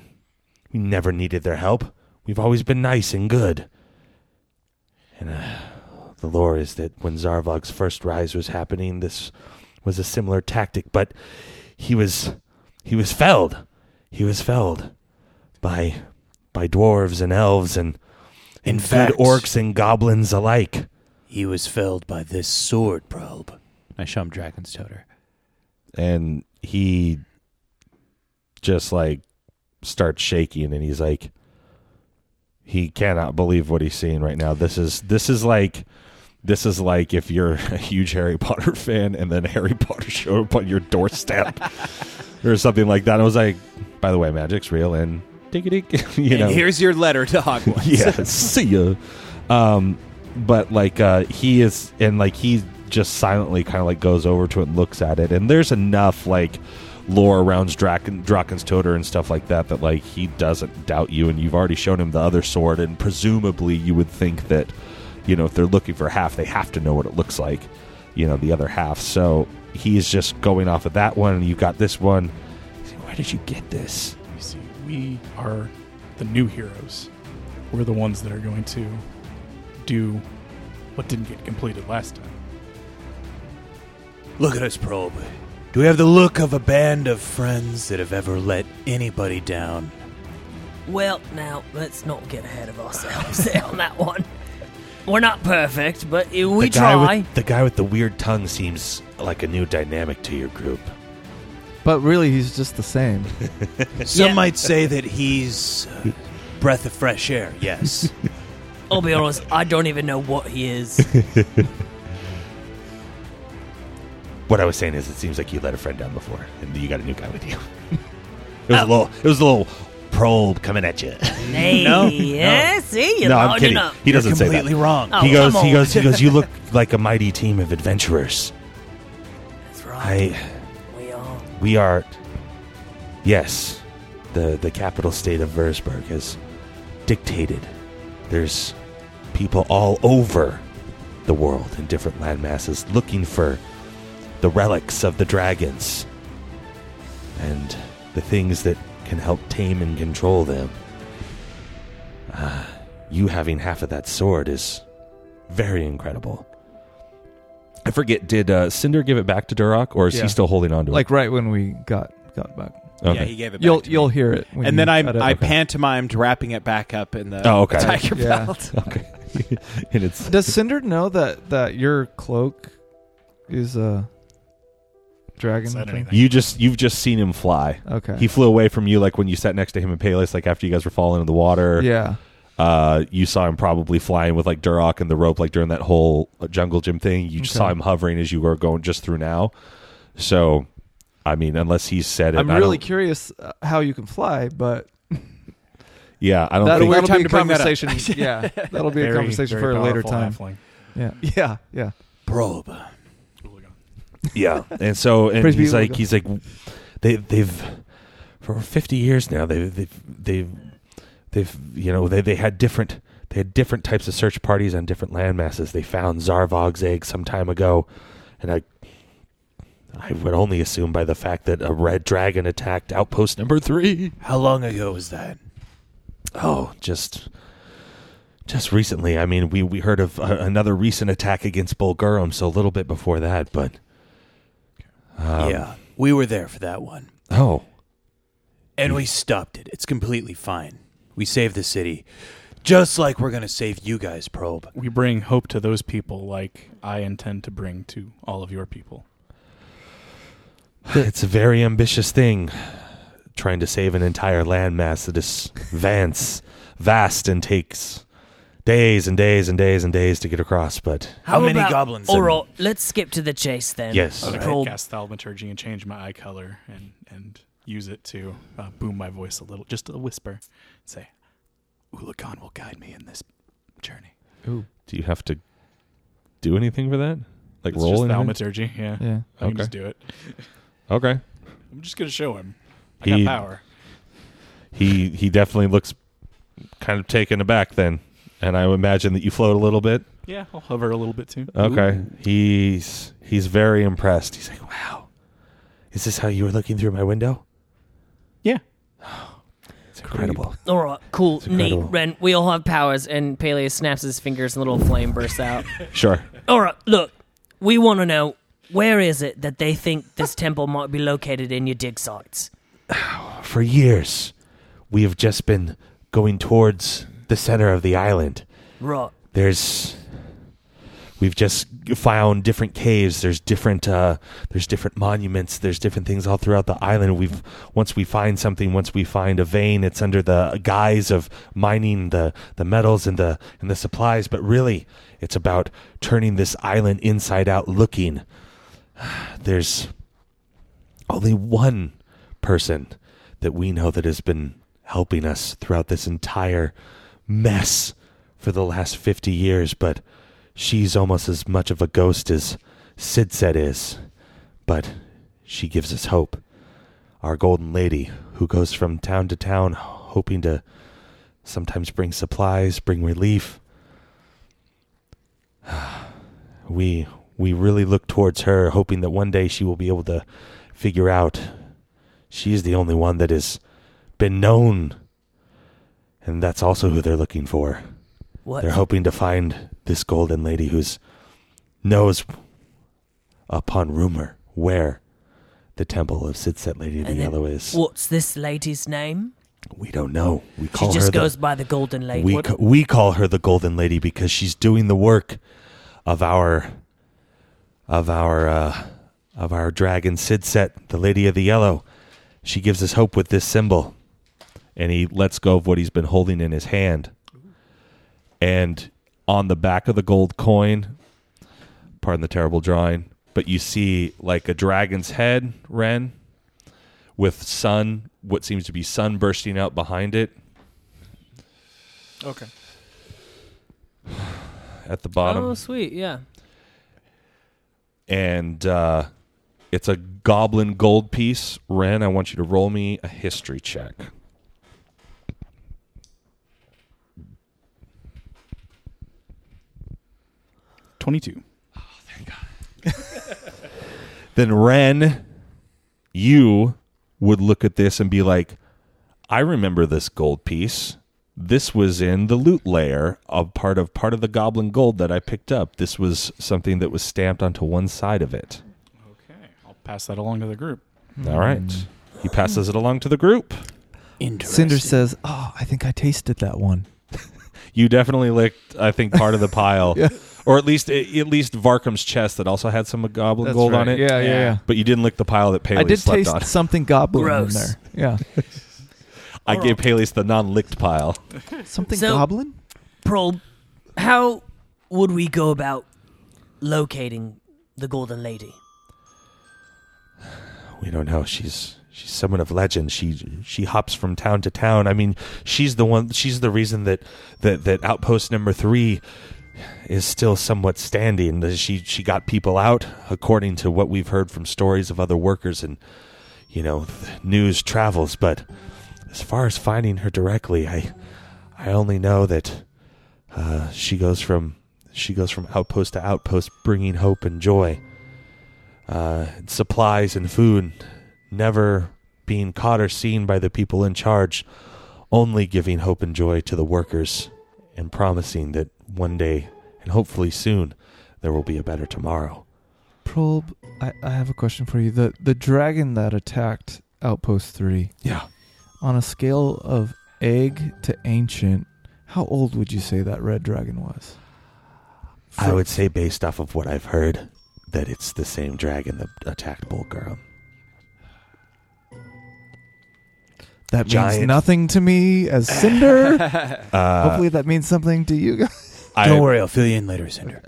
H: we never needed their help. We've always been nice and good. And uh, the lore is that when Zarvog's first rise was happening, this was a similar tactic, but he was he was felled. He was felled by by dwarves and elves and
J: In
H: and fed
J: fact,
H: orcs and goblins alike.
J: he was felled by this sword, probe. I show him Dragon's Toter.
B: And he just like starts shaking and he's like he cannot believe what he's seeing right now. This is this is like This is like if you're a huge Harry Potter fan and then Harry Potter showed up on your doorstep or something like that. And I was like, by the way, magic's real and diggity, you know.
J: And here's your letter to Hogwarts.
B: yeah, see ya. Um, but like uh, he is, and like he just silently kind of like goes over to it and looks at it, and there's enough like lore around Draken, Draken's Toter and stuff like that that like he doesn't doubt you, and you've already shown him the other sword, and presumably you would think that you know if they're looking for half, they have to know what it looks like, you know, the other half. So he's just going off of that one, and you got this one. He's like, Where did you get this?
G: You see, we are the new heroes. We're the ones that are going to do what didn't get completed last time.
J: Look at us probe. Do we have the look of a band of friends that have ever let anybody down?
D: Well, now let's not get ahead of ourselves on that one. We're not perfect, but if we
H: the guy
D: try.
H: With, the guy with the weird tongue seems like a new dynamic to your group.
C: But really, he's just the same.
J: Some
D: Yeah.
J: might say that he's a breath of fresh air. Yes.
D: I'll be honest, I don't even know what he is.
H: What I was saying is, it seems like you let a friend down before, and you got a new guy with you. it
J: Uh,
H: was a little, it was a little probe coming at you.
D: Hey,
J: No,
D: yeah, see, you're
H: no, I'm
D: loading
H: kidding.
D: up.
H: He doesn't say
J: Completely
H: that.
J: wrong.
D: Oh,
H: he goes,
D: come
H: he
D: on.
H: goes, he goes. You look like a mighty team of adventurers.
D: That's right.
H: I,
D: We are.
H: we are. Yes, the the capital state of Würzburg has dictated. There's people all over the world in different land masses looking for the relics of the dragons and the things that can help tame and control them. Ah, you having half of that sword is very incredible.
B: I forget. Did uh, Cinder give it back to Duroc, or is
C: Yeah.
B: he still holding on to it?
C: like right when we got got back.
B: okay.
J: Yeah, he gave it. Back
C: You'll
J: to me.
C: you'll hear it. when
E: And then
C: you
E: I,
C: cut it.
E: I pantomimed wrapping it back up in the
B: Oh, okay.
E: tiger
C: Yeah.
E: belt.
B: okay. and it's
C: Does Cinder know that that your cloak is a dragon?
G: Said
C: thing?
G: anything.
B: you just you've just seen him fly.
C: Okay.
B: He flew away from you like when you sat next to him in Palis, like after you guys were falling in the water.
C: yeah.
B: Uh, you saw him probably flying with like Duroc and the rope, like during that whole uh, jungle gym thing. You just
C: Okay.
B: saw him hovering as you were going just through now. So, I mean, unless he said it,
C: I'm
B: I
C: really
B: don't-
C: curious uh, how you can fly, but
B: yeah, I don't
C: that'll,
B: think
C: that'll
E: time
C: be
E: to
C: a
E: bring that up.
C: conversation. yeah, that'll be a
G: Very,
C: conversation
G: very
C: for a later
G: powerful
C: time.
G: halfling.
C: Yeah, yeah, yeah.
J: probe.
H: Yeah,
B: and so and
C: Praise be
B: he's
C: to
B: like
C: God.
B: he's like
H: they they've for over 50 years now they they they've they've you know they they had different they had different types of search parties on different land masses they found Zarvog's egg some time ago and I I would only assume by the fact that a red dragon attacked outpost number 3
J: How long ago was that?
H: oh just just recently I mean we we heard of uh, another recent attack against Bulgurum so a little bit before that but um,
J: yeah, we were there for that one,
H: oh
J: and we stopped it. It's completely fine. We saved the city, just like we're gonna save you guys. Probe.
G: We bring hope to those people like I intend to bring to all of your people.
H: it's a very ambitious thing trying to save an entire landmass that is vance, vast and takes days and days and days and days to get across but
J: How many
D: about-
J: goblins
D: All
J: and-
D: right, let's skip to the chase then.
H: yes
G: I
D: Cool.
G: cast thaumaturgy and change my eye color and and use it to uh, boom my voice a little, just a whisper. Say, Ulakan will guide me in this journey.
B: do you have to do anything for that? Like
G: It's
B: roll
G: just
B: anything?
G: thaumaturgy. Yeah,
C: Yeah.
G: I can
B: Okay.
G: just do it.
B: Okay.
G: I'm just gonna show him. I
B: He-
G: got power.
B: He he definitely looks kind of taken aback then, and I would imagine that you float a little bit.
G: Yeah, I'll hover a little bit too.
B: Okay. He's he's very impressed. He's like,
H: wow is this how you were looking through my window
G: Yeah.
H: it's incredible
D: All right, cool, neat,
H: incredible.
D: Ren. We all have powers, and Peleus snaps his fingers, and a little flame bursts out.
B: sure.
D: All right, look, we want to know where is it that they think this temple might be located in your dig sites?
H: for years we have just been going towards the center of the island
D: Right.
H: there's we've just found different caves. There's different uh, there's different monuments. There's different things all throughout the island. We've once we find something, once we find a vein, it's under the guise of mining the the metals and the and the supplies, but really it's about turning this island inside out. Looking, there's only one person that we know that has been helping us throughout this entire mess for the last 50 years, but she's almost as much of a ghost as Sid said is. But she gives us hope. Our golden lady, who goes from town to town, hoping to sometimes bring supplies, bring relief. We we really look towards her, hoping that one day she will be able to figure out she is the only one that has been known. And that's also who they're looking for.
D: What?
H: They're hoping to find this golden lady who's knows upon rumor where the temple of Sidset Lady of the
D: And then
H: Yellow is.
D: What's this lady's name?
H: we don't know. We
D: She
H: call her
D: just
H: the,
D: goes by the Golden Lady.
H: we, ca- we call her the golden lady because she's doing the work of our of our uh, of our dragon Sidset, the lady of the yellow. She gives us hope with this symbol.
B: and he lets go of what he's been holding in his hand. And on the back of the gold coin, pardon the terrible drawing, but you see like a dragon's head, Ren, with sun, what seems to be sun bursting out behind it
G: Okay.
B: at the bottom.
D: Oh, sweet, yeah.
B: And uh, it's a goblin gold piece. Ren, I want you to roll me a history check.
G: Twenty-two.
B: then Ren, you would look at this and be like, I remember this gold piece. This was in the loot layer of part of part of the goblin gold that I picked up. This was something that was stamped onto one side of it.
G: Okay. I'll pass that along to the group.
B: All right. He passes it along to the group.
C: Cinder says, "Oh, I think I tasted that one."
B: You definitely licked, I think, part of the pile, or at least at least Varkum's chest that also had some goblin gold on it.
C: Yeah, yeah, yeah.
B: But you didn't lick the pile that Paley
C: I did
B: slept
C: taste
B: on.
C: something goblin
D: Gross.
C: in there. Yeah,
B: I gave Paley's the non-licked pile.
C: something
D: So-
C: goblin.
D: Prob, how would we go about locating the Golden Lady?
H: We don't know. She's she's someone of legend. She she hops from town to town. I mean, she's the one. She's the reason that that that outpost number three is still somewhat standing. She she got people out, according to what we've heard from stories of other workers, and you know, th- news travels. But as far as finding her directly, I I only know that uh, she goes from she goes from outpost to outpost, bringing hope and joy uh, supplies and food, never being caught or seen by the people in charge, only giving hope and joy to the workers and promising that one day, and hopefully soon, there will be a better tomorrow.
C: Probe, I, I have a question for you. The the dragon that attacked Outpost Three.
H: Yeah.
C: On a scale of egg to ancient, how old would you say that red dragon was?
H: I would say, based off of what I've heard, that it's the same dragon that attacked Bulgarum.
C: That means
H: giant-
C: nothing to me as Cinder.
H: Uh,
C: Hopefully, that means something to you guys.
B: I-
J: Don't worry, I'll fill you in later, Cinder.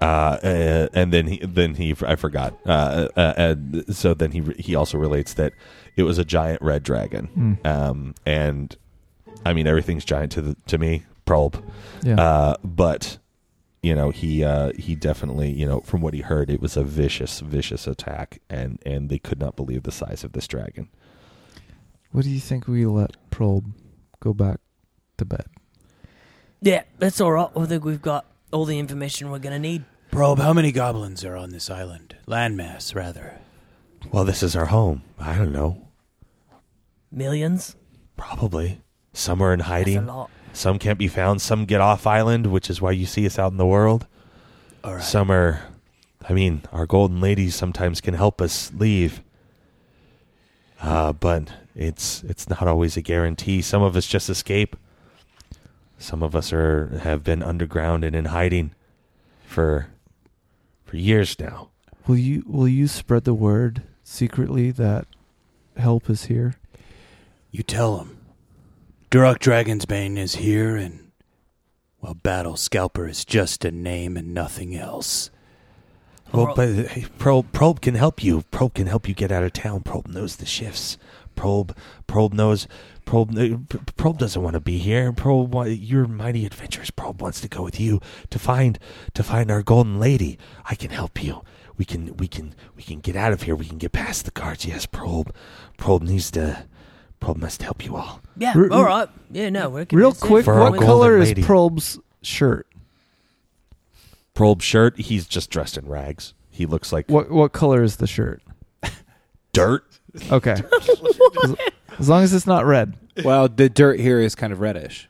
B: uh, uh, and then he then he I forgot. Uh, uh, uh, so then he he also relates that it was a giant red dragon.
H: Hmm.
B: Um, and I mean everything's giant to the, to me, probe.
C: Yeah.
B: Uh, but you know he uh, he definitely you know from what he heard it was a vicious vicious attack and and they could not believe the size of this dragon.
C: what do you think we let Probe go back to bed?
D: Yeah, that's all right. I think we've got all the information we're going to need.
J: Probe, how many goblins are on this island? Landmass, rather.
H: Well, this is our home. I don't know.
D: Millions?
H: Probably. Some are in
D: That's a
H: hiding.
D: lot.
H: Some can't be found. Some get off island, which is why you see us out in the world.
J: All right.
H: Some are, I mean, our golden ladies sometimes can help us leave. Uh, but it's it's not always a guarantee. Some of us just escape. Some of us are have been underground and in hiding for for years now.
C: Will you will you spread the word secretly that help is here?
J: You tell him. Durok Dragonsbane is here, and, well, Battle Scalper is just a name and nothing else.
H: Well, but hey, probe probe can help you. Probe can help you get out of town. Probe knows the shifts. Probe probe knows. Probe uh, P- probe doesn't want to be here. Probe, wa- you're mighty adventurous. Probe wants to go with you to find to find our golden lady. I can help you. We can we can we can get out of here. We can get past the guards. Yes, probe probe needs to. Probe must help you all.
D: Yeah,
C: Re-
D: all right. Yeah, no, we're
C: Real
D: convinced.
C: quick,
H: For our
C: what color
H: golden
C: is
H: lady.
C: Probe's shirt?
B: Probe shirt. He's just dressed in rags. He looks like
C: What what color is the shirt?
B: dirt.
C: Okay. as, as long as it's not red.
K: well, the dirt here is kind of reddish.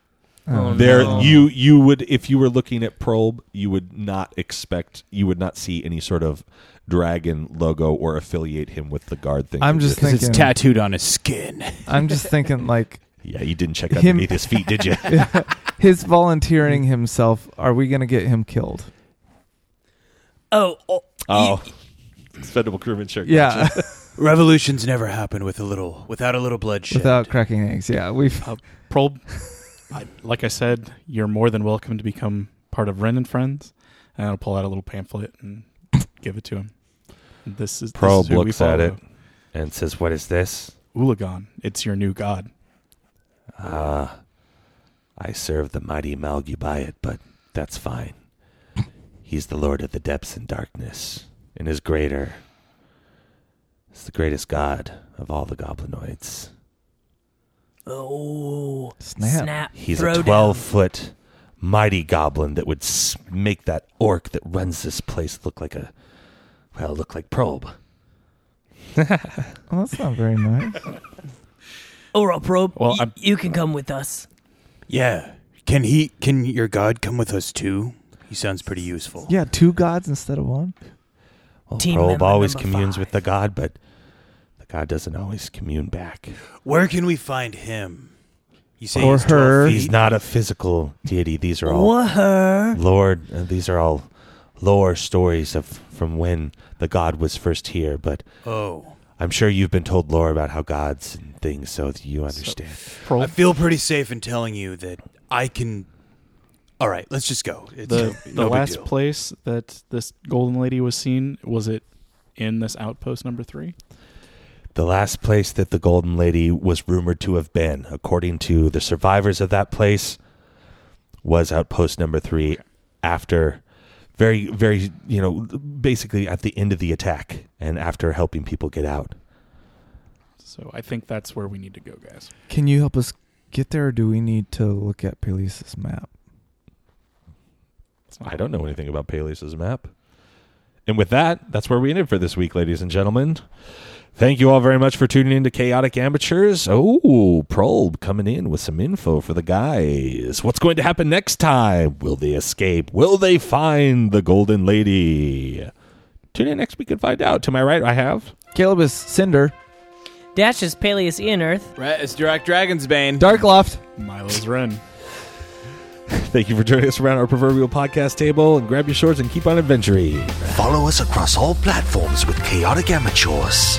D: Oh,
B: There,
D: no.
B: you you would if you were looking at Probe, you would not expect, you would not see any sort of dragon logo or affiliate him with the guard thing.
C: I'm
B: that
C: just
B: did-
C: thinking.
J: It's tattooed on his skin.
C: I'm just thinking like
B: yeah, you didn't check
C: Him-
B: underneath his feet, did you?
C: his volunteering himself. Are we gonna get him killed?
D: Oh, oh,
B: oh, expendable crewman shirt.
C: Yeah,
J: Revolutions never happen with a little, without a little bloodshed.
C: without cracking eggs. Yeah, we've.
K: Oh.
G: Probe, I, like I said, you're more than welcome to become part of Ren and Friends. And I'll pull out a little pamphlet and give it to him. This is this
B: Probe
G: is who we
B: looks at
G: follow.
B: it and says, "What is this?"
G: Ulagon, it's your new god.
H: Ah, I serve the mighty Malgubayat, but that's fine. He's the lord of the depths and darkness, and is greater. Is the greatest god of all the goblinoids.
D: oh,
C: Snap.
D: snap.
H: He's
D: throw
H: a
D: down.
H: twelve-foot mighty goblin that would s- make that orc that runs this place look like a, well, look like probe.
C: Well, that's not very nice.
D: All right, probe.
G: Well,
D: y-
G: I'm-
D: you can come with us.
J: Yeah. Can he, can your god come with us too? He sounds pretty useful.
C: Yeah, two gods instead of one.
H: Well,
D: Team
H: probe
D: member
H: always
D: number
H: communes with
D: five.
H: the god, but the god doesn't always commune back.
J: Where can we find him? You say
C: Or
J: he's 12
C: her.
J: feet?
H: He's not a physical deity. These are all
D: Whoa.
H: Lord, uh, these are all lore stories of from when the god was first here, but
J: Oh.
H: I'm sure you've been told lore about how gods and things, so that you understand.
J: I feel pretty safe in telling you that I can. All right, let's just go. It's
G: The the
J: no big
G: last
J: deal.
G: place that this golden lady was seen was it in this outpost number three?
H: the last place that the Golden Lady was rumored to have been, according to the survivors of that place, was outpost number three after very, very, you know, basically at the end of the attack and after helping people get out.
G: So I think that's where we need to go, guys.
C: Can you help us get there, or do we need to look at Peleus' map?
G: It's not-
B: I don't know anything about Peleus' map. And with that, that's where we ended for this week, ladies and gentlemen. Thank you all very much for tuning in to Chaotic Amateurs. Oh, Probe coming in with some info for the guys. What's going to happen next time? Will they escape? Will they find the Golden Lady? Tune in next week and find out. To my right, I have.
C: Caleb is Cinder.
D: Dash is Peleus Ian Earth.
K: Right, it's Durak Dragonsbane.
C: Darkloft.
G: Milo's Ren.
B: Thank you for joining us around our proverbial podcast table and grab your swords and keep on adventuring.
F: Follow us across all platforms with Chaotic Amateurs.